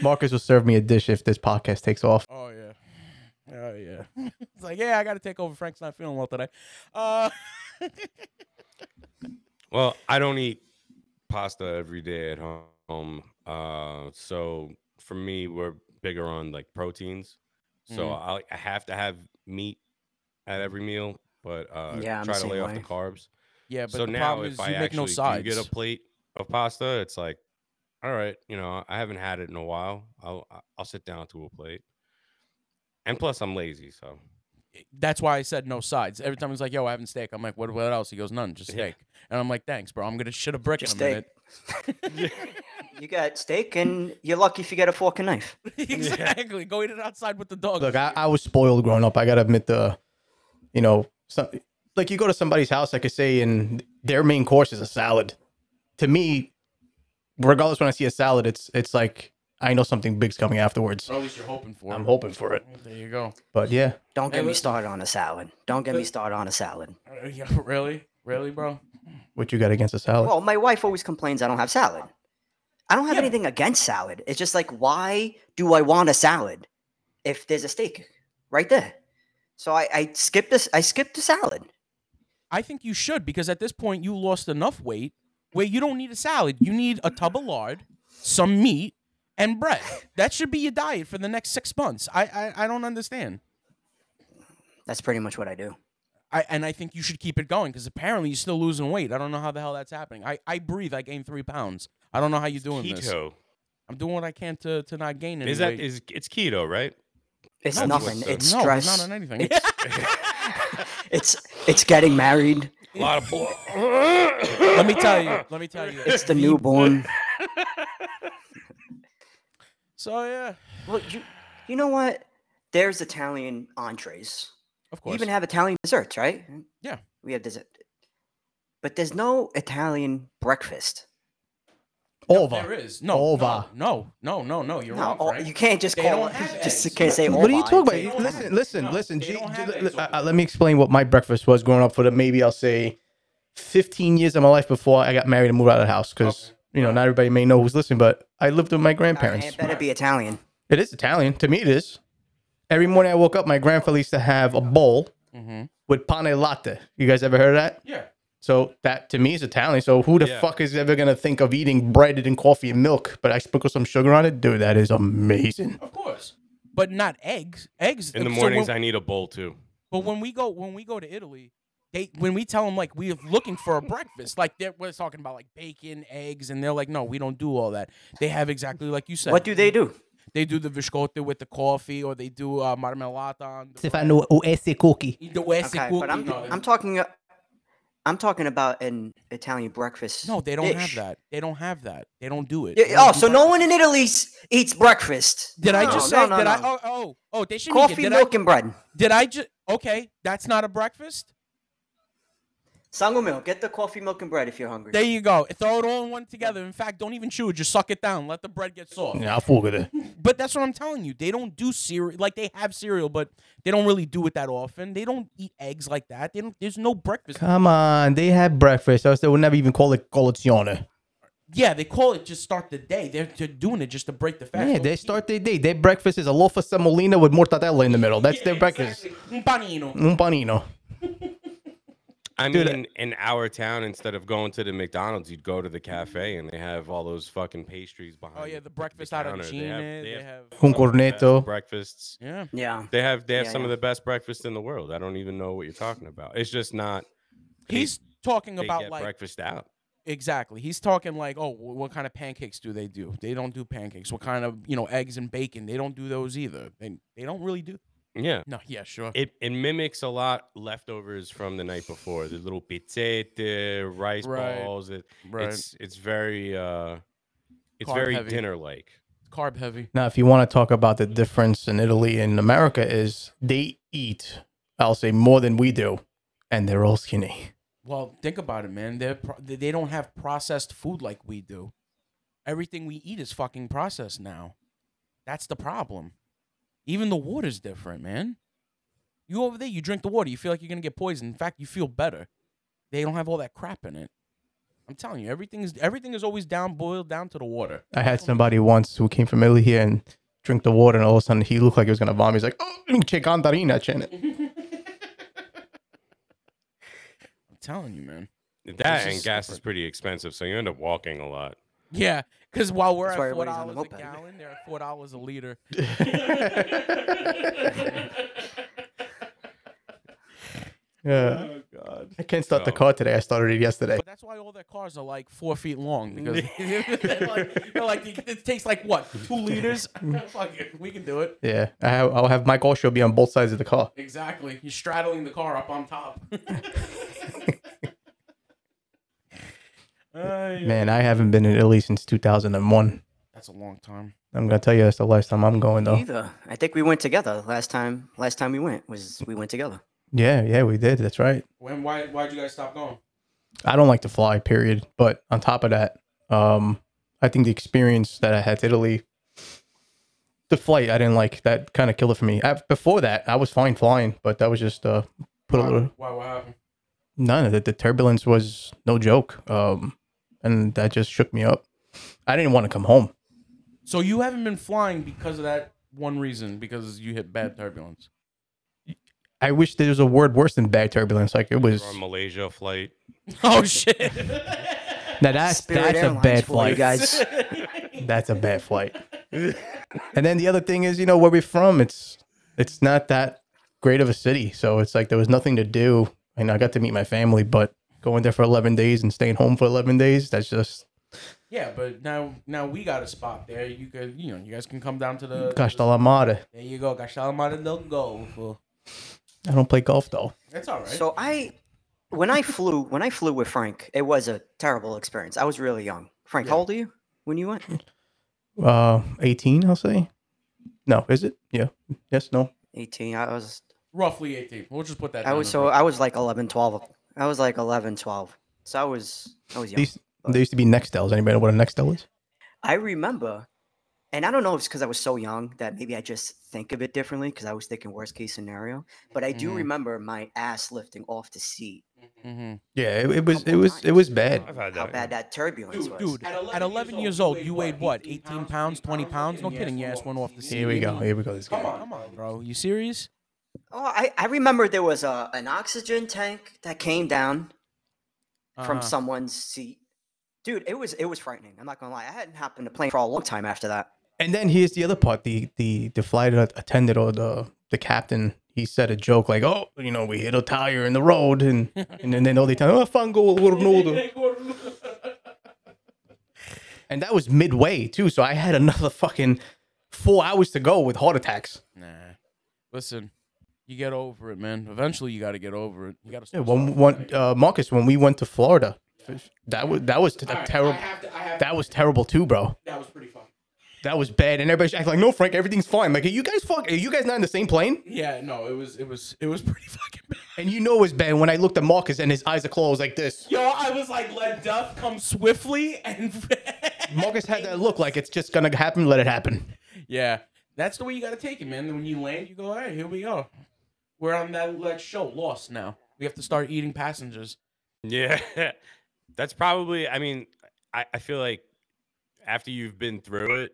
S1: Marcus will serve me a dish if this podcast takes off.
S2: Oh yeah. Oh yeah. it's like, yeah, I got to take over. Frank's not feeling well today. Uh,
S3: Well, I don't eat pasta every day at home. Uh, so for me, we're bigger on like proteins. So
S2: Mhm.
S3: I, I have to have meat at every meal, but uh,
S4: Yeah, I'm the
S3: try to
S4: same
S3: lay off
S4: way.
S3: the carbs.
S2: yeah, but
S3: so
S2: the
S3: now,
S2: problem
S3: if
S2: is
S3: I
S2: you make
S3: actually
S2: no sides.
S3: do get a plate of pasta, it's like, all right, you know, I haven't had it in a while. I'll I- I'll sit down to a plate. And plus, I'm lazy, so
S2: that's why I said no sides. Every time he's like, "Yo, I haven't steak," I'm like, "What? What else?" He goes, "None, just
S3: Yeah.
S2: steak." And I'm like, "Thanks, bro. I'm gonna shit a brick in
S4: Just
S2: a minute."
S4: steak. You got steak, and you're lucky if you get a fork and knife.
S2: exactly. Go eat it outside with the dog.
S1: Look, I, I was spoiled growing up. I gotta admit the, you know, some, like you go to somebody's house, like I say, and their main course is a salad. To me, regardless when I see a salad, it's it's like I know something big's coming afterwards.
S2: Or at least you're hoping for.
S1: I'm
S2: it.
S1: hoping for it.
S2: There you go.
S1: But yeah,
S4: Don't
S2: Hey,
S4: get me
S2: look-
S4: started on a salad. Don't get me started on a salad.
S2: Uh, Yeah, really, really, bro.
S1: what you got against a salad?
S4: Well, my wife always complains I don't have salad. I don't
S2: Oh.
S4: have
S2: Yeah.
S4: anything against salad. It's just like, why do I want a salad if there's a steak right there? So I, I skip this. I skip the salad.
S2: I think you should because at this point you lost enough weight where you don't need a salad. You need a tub of lard, some meat, and bread. That should be your diet for the next six months. I I, I don't understand.
S4: That's pretty much what I do.
S2: I, and I think you should keep it going because apparently you're still losing weight. I don't know how the hell that's happening. I, I breathe. I gained three pounds. I don't know how you're doing this.
S3: keto
S2: I'm doing what I can to, to not gain any
S3: is that
S2: weight.
S3: is it's keto, right?
S4: It's
S3: No, it's
S4: nothing.
S3: what's, uh,
S4: It's
S2: no,
S4: stress.
S2: not on anything.
S4: It's it's getting married.
S3: A lot of bull-
S2: let me tell you. Let me tell you.
S4: It's the newborn.
S2: So yeah,
S4: Well, you you know what? There's Italian entrees.
S2: of
S4: You
S2: course.
S4: even have Italian desserts, right?
S2: Yeah.
S4: We have dessert. But there's no Italian breakfast.
S2: There
S1: Over.
S2: is no
S1: Ova.
S2: No, no, no, no. no you're
S4: No,
S2: wrong.
S4: oh,
S2: Frank.
S4: you can't just
S2: They
S4: call
S2: don't have
S4: just
S2: eggs.
S4: can't say
S1: What are you
S4: "Ovine."
S1: talking
S2: They
S1: about?
S2: don't
S1: Listen,
S2: have-
S1: listen,
S2: no,
S1: listen.
S2: they
S1: G-
S2: don't
S1: G-
S2: have
S1: l-
S2: eggs
S1: l-
S2: over
S1: uh, let me explain what my breakfast was growing up for the maybe I'll say 15 years of my life before I got married and moved out of the house because you know not everybody may know who's listening, but I lived with my
S4: Alright,
S1: grandparents.
S4: It better be Italian.
S1: It is Italian. To me, it is. Every morning I woke up, my grandfather used to have a bowl
S2: Mhm.
S1: with pane e latte. You guys ever heard of that?
S2: Yeah.
S1: So that to me is Italian. So who the
S3: Yeah.
S1: fuck is ever gonna think of eating bread and coffee and milk? But I sprinkle some sugar on it, dude. That is amazing.
S2: Of course. But not eggs. Eggs
S3: In the
S2: so
S3: mornings,
S2: when-
S3: I need a bowl too.
S2: but when we go when we go to Italy, they when we tell them like we're looking for a breakfast, like they're we're talking about like bacon, eggs, and they're like, no, we don't do all that. They have exactly like you said.
S4: What do they do?
S2: They do the biscotti with the coffee, or they do uh, marmellata on the bread.
S1: Stefano Oese cookie.
S2: The West
S4: Okay,
S2: cookie.
S4: but I'm
S2: no, they-
S4: I'm talking a- I'm talking about an Italian breakfast.
S2: no, they don't have
S4: dish.
S2: that. They don't have that. They don't do it.
S4: Yeah,
S2: They don't
S4: oh,
S2: do
S4: so no
S2: breakfast.
S4: one in Italy s- eats breakfast.
S2: Did I
S4: No,
S2: just
S4: no,
S2: say?
S4: no,
S2: did I?
S4: no.
S2: Oh, oh, oh, they should make it.
S4: coffee,
S2: Did
S4: milk,
S2: I,
S4: and bread?
S2: did I just? Okay, that's not a breakfast.
S4: Sango milk. Get the coffee, milk, and bread if you're hungry.
S2: There you go. Throw it all in one together. In fact, don't even chew it. Just suck it down. Let the bread get soft.
S1: Yeah, I fuck with it.
S2: But that's what I'm telling you. They don't do cereal. Like they have cereal, but they don't really do it that often. They don't eat eggs like that. They don't. There's no breakfast.
S1: Come on, they had breakfast. I would never even call it colazione.
S2: yeah, they call it just start the day. They're, they're doing it just to break the fast.
S1: Yeah, they start their day. Their breakfast is a loaf of semolina with mortadella in the middle. That's their breakfast. Mm.
S2: Exactly. Un panino.
S1: Un panino.
S3: I mean, in, in our town, instead of going to the McDonald's, you'd go to the cafe and they have all those fucking pastries behind.
S2: Oh yeah, the breakfast out of
S3: counter. They
S2: Gina.
S3: have-
S2: They
S3: they
S2: have,
S3: have-
S1: Un
S3: some of the best
S1: cornetto.
S3: breakfasts.
S2: yeah.
S4: Yeah.
S3: They have they have
S4: Yeah,
S3: some of
S4: yeah.
S3: the best breakfasts in the world. I don't even know what you're talking about. It's just not
S2: He's talking
S3: they
S2: about
S3: get
S2: like
S3: breakfast out.
S2: exactly. He's talking like, oh, wh- what kind of pancakes do they do? They don't do pancakes. What kind of you know eggs and bacon? They don't do those either. They they don't really do.
S3: Yeah.
S2: No, yeah, sure.
S3: It, it mimics a lot leftovers from the night before. The little pizzette, rice
S2: Right.
S3: balls. It,
S2: right.
S3: It's it's very uh it's
S2: Carb
S3: very
S2: heavy.
S3: dinner like.
S2: carb heavy.
S1: Now, if you want to talk about the difference in Italy and America, is they eat, I'll say, more than we do, and they're all skinny.
S2: Well, think about it, man. They're pro- they they don't have processed food like we do. Everything we eat is fucking processed now. That's the problem. Even the water's different, man. You over there, you drink the water, you feel like you're gonna get poisoned. In fact, you feel better. They don't have all that crap in it. I'm telling you, everything is everything is always down boiled down to the water.
S1: I had somebody once who came from Italy here and drank the water, and all of a sudden he looked like he was gonna vomit. He's like, "Oh, check on Darina, Janet."
S2: I'm telling you, man.
S3: That and
S2: just
S3: gas is pretty expensive, so you end up walking a lot.
S2: Yeah, because while we're
S4: That's why
S2: at four
S4: everybody's on the
S2: dollars a
S4: moped.
S2: gallon, they're at four dollars a liter.
S1: Yeah,
S2: God.
S1: I can't start the
S3: No.
S1: car today. I started it yesterday.
S2: But that's why all their cars are like four feet long because they're like, they're like, it, it takes like what two liters? Fuck it, we can do it.
S1: Yeah, I have, I'll have Mike Osho be on both sides of the car.
S2: Exactly. You're straddling the car up on top. Ay,
S1: Man, I haven't been in Italy since 2001.
S2: that's a long time.
S1: I'm gonna tell you, that's the last time I'm going
S2: Oh.
S1: though.
S4: Either. I think we went together last time. Last time we went was we went together.
S1: Yeah, yeah, we did. That's right.
S2: When? Why? Why'd you guys stop going?
S1: I don't like to fly, period. But on top of that, um, I think the experience that I had to Italy, the flight, I didn't like. That kind of killed it for me. I, before that, I was fine flying, but that was just uh, put a little.
S2: Why? What happened?
S1: None of it. The turbulence was no joke. Um, and that just shook me up. I didn't want to come home.
S2: So you haven't been flying because of that one reason because you hit bad turbulence.
S1: I wish there was a word worse than bad turbulence. Like it was.
S3: Or a Malaysia flight.
S2: Oh shit!
S1: Now that's
S4: Spirit
S1: that's a
S4: Airlines
S1: bad
S4: for
S1: flight.
S4: you guys.
S1: That's a bad flight. and then the other thing is, you know, where we're from, it's it's not that great of a city. So it's like there was nothing to do. And I got to meet my family, but going there for eleven days and staying home for eleven days, that's just
S2: Yeah, but now now we got a spot there. You could you know you guys can come down to the.
S1: gosh la mada.
S2: There you go, Gashalamada they'll go. fool.
S1: I don't play golf though.
S2: That's all right.
S4: So I, when I flew, when I flew with Frank, it was a terrible experience. I was really young. Frank, how old are you when you went?
S1: Uh eighteen, I'll say. No, is it? Yeah. Yes, no.
S4: Eighteen. I was.
S2: Roughly eighteen. We'll just put that.
S4: I
S2: down
S4: was
S2: as
S4: so
S2: rough.
S4: I was like 11, 12. I was like 11, 12. So I was I was young.
S1: These there used to be Nextels. Anybody know what a Nextel is?
S4: I remember, and I don't know if it's because I was so young that maybe I just think of it differently because I was thinking worst case scenario. But I do
S2: Mhm.
S4: remember my ass lifting off the seat. Mm-hmm.
S2: Mhm.
S1: Yeah, it, it was it was it was bad.
S3: I've had that.
S4: How bad that turbulence
S2: Dude,
S4: was.
S2: dude, at 11, years old, you weighed what? 18 pounds, 20 pounds? No kidding, your ass went off the seat.
S1: Here we go. Here we go. This
S2: Come
S1: guy.
S2: on, come on, bro. You serious?
S4: Oh, I, I remember there was a an oxygen tank that came down from
S2: Uh-huh.
S4: someone's seat. Dude, it was it was frightening. I'm not gonna lie. I hadn't hopped in a plane for a long time after that.
S1: And then here's the other part: the the the flight att- attendant or the the captain, he said a joke like, "Oh, you know, we hit a tire in the road," and and then, then all the time, "Oh, fango Ronaldo." and that was midway too, so I had another fucking four hours to go with heart attacks.
S2: Nah. Listen, you get over it, man. Eventually, you got to get over it. You got to.
S1: Yeah, one one uh, Marcus, when we went to Florida, that was that was t- terrible. That was terrible too, bro.
S2: That was pretty fun.
S1: That was bad, and everybody's acting like, "No, Frank, everything's fine." Like, are you guys fuck, are you guys not in the same plane?
S2: Yeah, no, it was, it was, it was pretty fucking bad.
S1: And you know it's bad when I looked at Marcus and his eyes are closed like this.
S2: Yo, I was like, let death come swiftly and.
S1: Marcus had that look like it's just gonna happen, let it happen.
S2: Yeah, that's the way you gotta take it, man. When you land, you go, all right, here we go. We're on that that show, Lost now. We have to start eating passengers.
S3: Yeah. That's probably I mean, I- I, I feel like after you've been through it,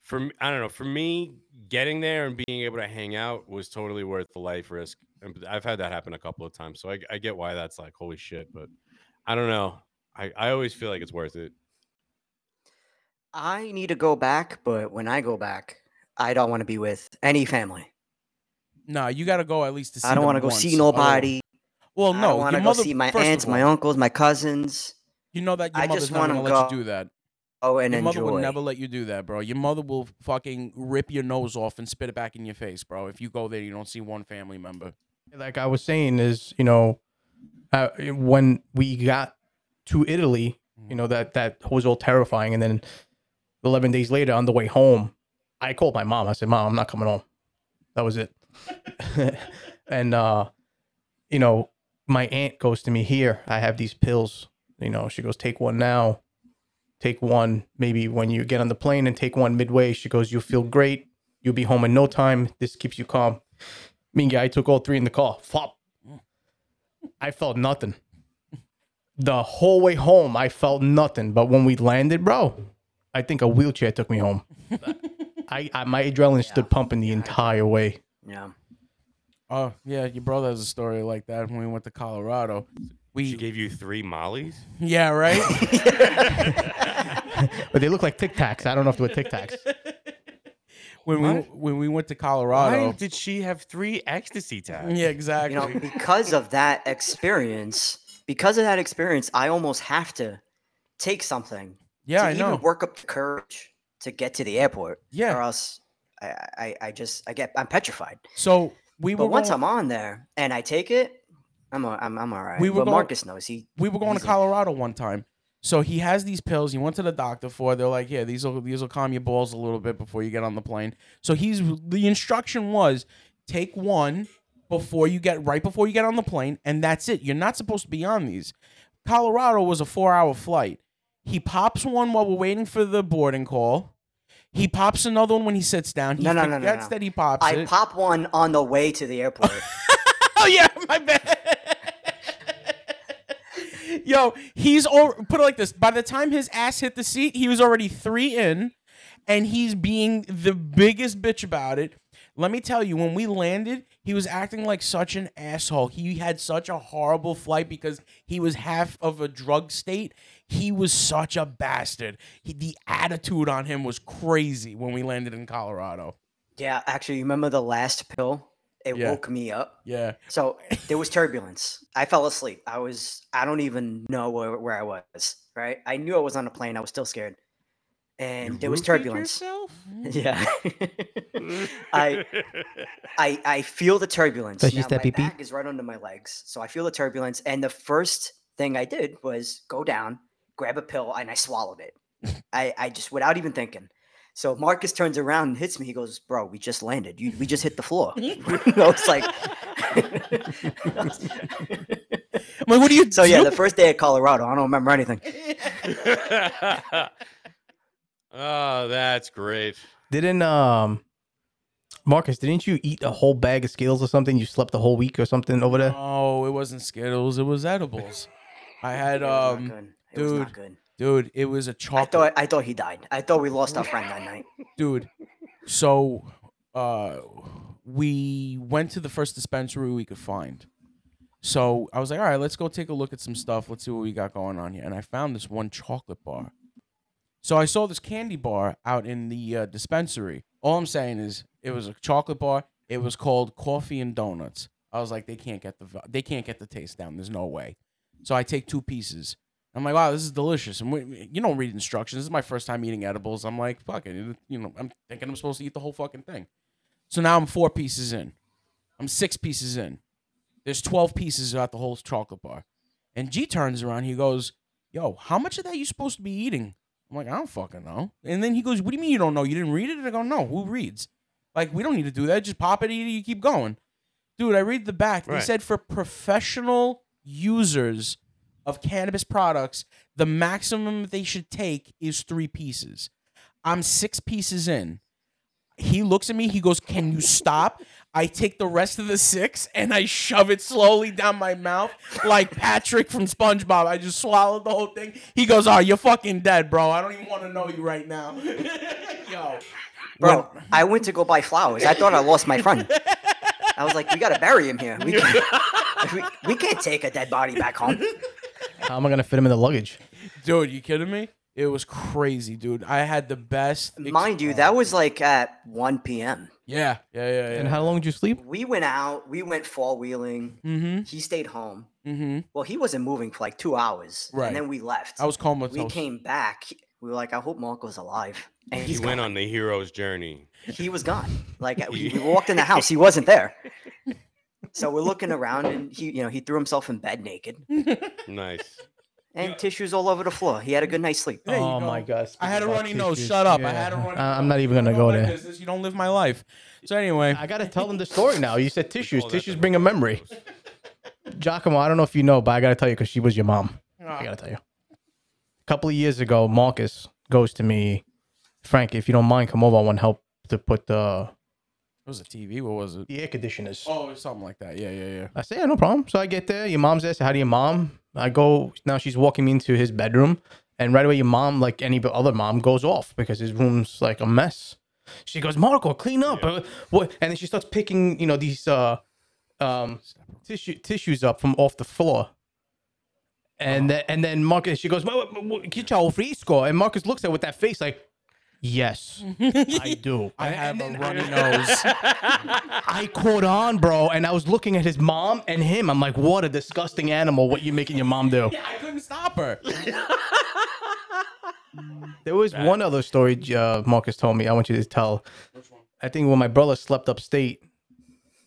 S3: for m- I don't know, for me, getting there and being able to hang out was totally worth the life risk. And b- I've had that happen a couple of times, so I, I get why that's like holy shit. But I don't know. I, I always feel like it's worth it.
S4: I need to go back, but when I go back, I don't want to be with any family.
S2: Nah, you gotta go at least to see.
S4: I don't
S2: want
S4: want to go see nobody.
S2: Well,
S4: I
S2: Oh. no,
S4: don't
S2: your
S4: want to go
S2: mother-
S4: see my
S2: first of
S4: aunts, my
S2: all,
S4: uncles, my cousins.
S2: You know that your
S4: I
S2: mother's
S4: just
S2: not
S4: wanna
S2: gonna let
S4: go
S2: you do that.
S4: Oh, and
S2: your mother
S4: enjoy.
S2: will never let you do that, bro. Your mother will fucking rip your nose off and spit it back in your face, bro. If you go there, you don't see one family member.
S1: like I was saying, is you know, uh, when we got to Italy, you know that that was all terrifying, and then eleven days later on the way home, I called my mom. I said, "Mom, I'm not coming home." That was it. and uh, you know, my aunt goes to me here. I have these pills. You know, she goes, "Take one now." Take one maybe when you get on the plane and take one midway. She goes, You'll feel great. You'll be home in no time. This keeps you calm. Mean guy, I took all three in the car. Flop. I felt nothing. The whole way home, I felt nothing. But when we landed, bro, I think a wheelchair took me home. I, I my adrenaline stood pumping the entire way.
S4: Yeah.
S2: Oh yeah, your brother has a story like that when we went to Colorado.
S3: She
S2: We
S3: gave you three mollies.
S2: yeah right.
S1: But they look like Tic Tacs. I don't know if they were Tic Tacs.
S2: when we when we went to Colorado.
S3: did she have three ecstasy tabs?
S2: Yeah, exactly.
S4: You know, because of that experience, because of that experience, I almost have to take something
S2: yeah,
S4: to
S2: I
S4: even
S2: know.
S4: work up the courage to get to the airport. Or
S2: Yeah.
S4: else I, I, I just I get I'm petrified.
S2: So we
S4: But
S2: were
S4: once
S2: going,
S4: I'm on there and I take it, I'm a, I'm I'm all right.
S2: We
S4: We
S2: were
S4: but
S2: going-
S4: Marcus knows he
S2: we were going to
S4: Easy.
S2: Colorado one time. So he has these pills. He went to the doctor for. They're like, yeah, these will these will calm your balls a little bit before you get on the plane. So he's the instruction was take one before you get right before you get on the plane, and that's it. You're not supposed to be on these. Colorado was a four hour flight. He pops one while we're waiting for the boarding call. He pops another one when he sits down. He
S4: No, no, no, no,
S2: forgets
S4: no.
S2: that he pops
S4: I
S2: it.
S4: pop one on the way to the airport.
S2: Oh yeah, my bad. Yo, he's all put it like this. By the time his ass hit the seat, he was already three in, and he's being the biggest bitch about it. Let me tell you, when we landed, he was acting like such an asshole. He had such a horrible flight because he was half of a drug state. He was such a bastard. He, the attitude on him was crazy when we landed in Colorado.
S4: yeah, actually, you remember the last pill? It
S2: Yeah.
S4: woke me up.
S2: Yeah.
S4: So there was turbulence. I fell asleep. I was, I don't even know where, where I was, right? I knew I was on a plane. I was still scared. And there was turbulence. Yeah. I, I, I feel the turbulence.
S1: Does she
S4: Now,
S1: step
S4: my
S1: pee-pee?
S4: back is right under my legs. So I feel the turbulence. And the first thing I did was go down, grab a pill, and I swallowed it. I, I just, without even thinking. So Marcus turns around and hits me. He goes, "Bro, we just landed. You, we just hit the floor." I was like,
S2: I'm like, what do you
S4: So yeah,
S2: do?
S4: the first day at Colorado, I don't remember anything.
S3: oh, that's great.
S1: Didn't um Marcus, didn't you eat a whole bag of Skittles or something? You slept the whole week or something over there?
S2: Oh, it wasn't Skittles. It was edibles. I had,
S4: It was
S2: um,
S4: not good. It was not
S2: dude,
S4: good.
S2: dude, it was a
S4: I
S2: chocolate.
S4: thought I thought he died. I thought we lost our friend that night.
S2: dude, so uh, we went to the first dispensary we could find. So I was like, all right, let's go take a look at some stuff. Let's see what we got going on here. And I found this one chocolate bar. So I saw this candy bar out in the uh, dispensary. All I'm saying is, it was a chocolate bar. It was called Coffee and Donuts. I was like, they can't get the they can't get the taste down. There's no way. So I take two pieces. I'm like, wow, this is delicious. And we, you don't read instructions. This is my first time eating edibles. I'm like, fuck it. You know, I'm thinking I'm supposed to eat the whole fucking thing. So now I'm four pieces in. I'm six pieces in. There's 12 pieces throughout the whole chocolate bar. And G turns around. He goes, yo, how much of that you supposed to be eating? I'm like, I don't fucking know. And then he goes, what do you mean you don't know? You didn't read it? And I go, no, who reads? Like, we don't need to do that. Just pop it, eat it, you keep going. Dude, I read the back. They
S3: Right.
S2: said for professional users of cannabis products, the maximum they should take is three pieces. I'm six pieces in. He looks at me. He goes, "Can you stop?" I take the rest of the six and I shove it slowly down my mouth like Patrick from SpongeBob. I just swallowed the whole thing. He goes, "Oh, you're fucking dead, bro. I don't even want to know you right now." Yo,
S4: Bro, I went to go buy flowers. I thought I lost my friend. I was like, we gotta bury him here. We can't, we, we can't take a dead body back home.
S1: How am I gonna fit him in the luggage?
S2: dude, you kidding me? It was crazy, dude. I had the best. ex-
S4: Mind you, that was like at 1 p.m.
S2: yeah, yeah, yeah, yeah.
S1: And how long did you sleep?
S4: We went out, we went four wheeling.
S2: mm-hmm.
S4: He stayed home.
S2: Mm-hmm.
S4: Well, he wasn't moving for like two hours.
S2: Right.
S4: And then we left.
S2: I was comatose.
S4: we came back. We were like, I hope Marco's alive. And
S3: He
S4: he's
S3: went
S4: gone.
S3: on the hero's journey.
S4: He was gone. Like we, we walked in the house, he wasn't there. So we're looking around, and he, you know, he threw himself in bed naked
S3: Nice.
S4: and tissues all over the floor. He had a good night's sleep.
S2: There you
S1: oh
S2: go.
S1: my god!
S2: I had
S1: speaking
S2: a
S1: about
S2: runny nose.
S1: tissues.
S2: Shut up. I
S1: Yeah.
S2: had a runny.
S1: I- I'm
S2: nose.
S1: not even gonna
S2: You
S1: go
S2: don't like
S1: there.
S2: business. You don't live my life. So anyway,
S1: I gotta tell them the story now. You said tissues.
S3: Oh, that's
S1: tissues bring a memory. Giacomo, I don't know if you know, but I gotta tell you because she was your mom. I gotta tell you. A couple of years ago, Marcus goes to me, Frank, if you don't mind, come over. I want help to put the,
S2: It was a TV. What was it?
S1: the air conditioners.
S2: Oh, something like that. Yeah, yeah, yeah.
S1: I say, yeah, no problem. So I get there. Your mom's there. Say hi to your mom. I go. Now she's walking me into his bedroom, and right away, your mom, like any b- other mom, goes off because his room's like a mess. She goes, Marco, clean up. Uh, What? And then she starts picking, you know, these uh, um, tissue tissues up from off the floor. And then, and then Marcus, she goes, "Well, well, well, "Get your frisco." And Marcus looks at her with that face like, "Yes, I do."
S2: I
S1: And-
S2: have
S1: and
S2: a
S1: then
S2: runny nose.
S1: I caught on, bro, and I was looking at his mom and him. I'm like, what a disgusting animal! What you making your mom do?
S2: I couldn't stop her.
S1: There was one other story uh, Marcus told me. I want you to tell. I think when my brother slept upstate,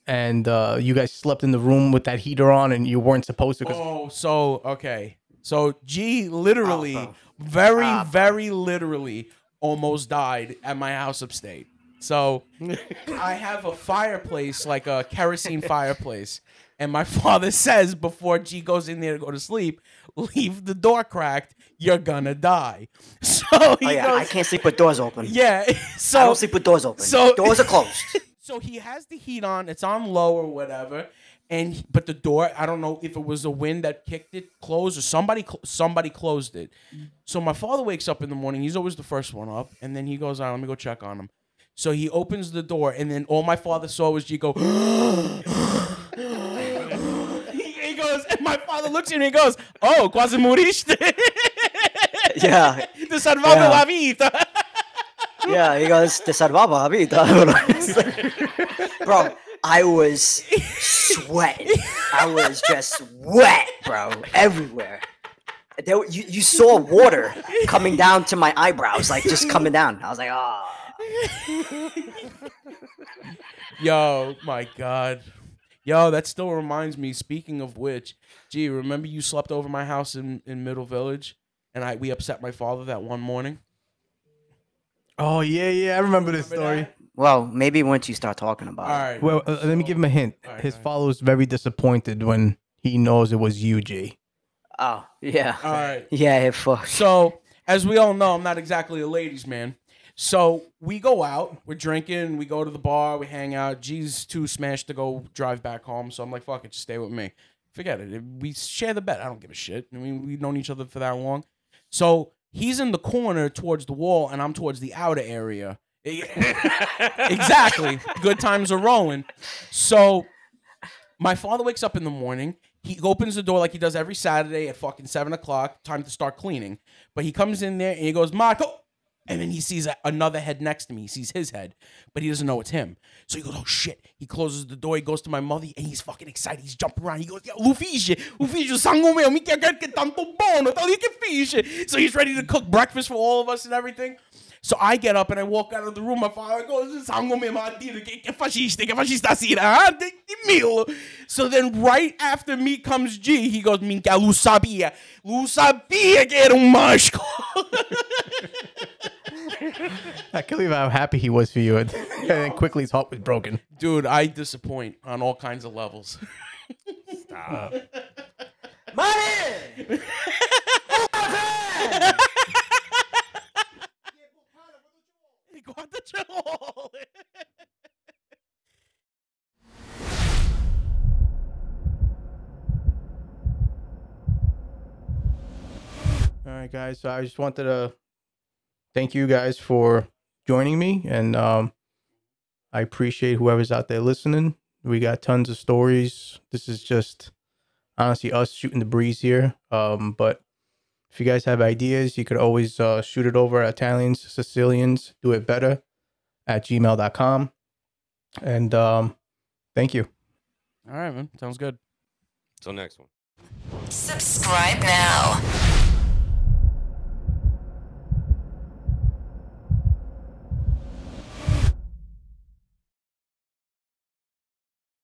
S1: and uh, you guys slept in the room with that heater on, and you weren't supposed to. 'cause-
S2: Oh, so okay. So G literally,
S4: Oh,
S2: very, very literally, almost died at my house upstate. So I have a fireplace, like a kerosene fireplace, and my father says before G goes in there to go to sleep, leave the door cracked. You're gonna die. So he
S4: Oh yeah, I
S2: goes,
S4: can't sleep with doors open.
S2: yeah. So
S4: I don't sleep with doors open.
S2: so-
S4: doors are closed.
S2: so he has the heat on it's on low or whatever and but the door i don't know if it was the wind that kicked it closed or somebody cl- somebody closed it so my father wakes up in the morning he's always the first one up and then he goes all right let me go check on him so he opens the door and then all my father saw was you go he, he goes and my father looks at him and he goes oh quasi moriste
S4: yeah,
S2: te salvavo
S4: Yeah.
S2: la vita
S4: yeah. He goes, "Te salvaba, Abita." It's like- bro, I was sweating. I was just wet, bro, everywhere. There, were- you, you saw water coming down to my eyebrows, like just coming down. I was like, oh.
S2: Yo, my God. Yo, that still reminds me. Speaking of which, gee, remember you slept over my house in, in Middle Village, and I we upset my father that one morning.
S1: Oh yeah, yeah, I remember this story.
S4: Well, maybe once you start talking about
S2: All right.
S1: Well, uh, let me give him a hint.
S2: Alright,
S1: His
S2: alright.
S1: follower's very disappointed when he knows it was you, G.
S4: it. Oh, yeah.
S2: All right.
S4: Yeah, it fuck.
S2: So, as we all know, I'm not exactly a ladies' man. So we go out, we're drinking, we go to the bar, we hang out. G's too smashed to go drive back home, so I'm like, fuck it, just stay with me. Forget it. We share the bed. I don't give a shit. I mean, we've known each other for that long. So he's in the corner towards the wall, and I'm towards the outer area. exactly. Good times are rolling. So my father wakes up in the morning. He opens the door like he does every Saturday at fucking seven o'clock, time to start cleaning. But he comes in there and he goes, Marco. And then he sees a- another head next to me. He sees his head, but he doesn't know it's him. So he goes, oh shit. He closes the door. He goes to my mother and he's fucking excited. He's jumping around. He goes, yeah, Lufiche, Lufiche, sangue mio, mi quer que tanto bono, tal y que fiche. So he's ready to cook breakfast for all of us and everything. So I get up and I walk out of the room. My father goes, sangue mio, Martino, que que fascista, que fascista sira, ah, de- de mil." So then right after me comes G. He goes, minka lu sabia, lu sabia que era um mágico.
S1: I can't believe how happy he was for you, and then quickly his heart was broken.
S2: Dude, I disappoint on all kinds of levels.
S1: right, guys. So I just wanted to thank you guys for joining me, and um, I appreciate whoever's out there listening. We got tons of stories. This is just honestly us shooting the breeze here. Um, but if you guys have ideas, you could always uh, shoot it over at Italians, Sicilians, do it better at gmail.com. And um, thank you.
S2: All right, man. Sounds good.
S3: Till next one.
S6: Subscribe now.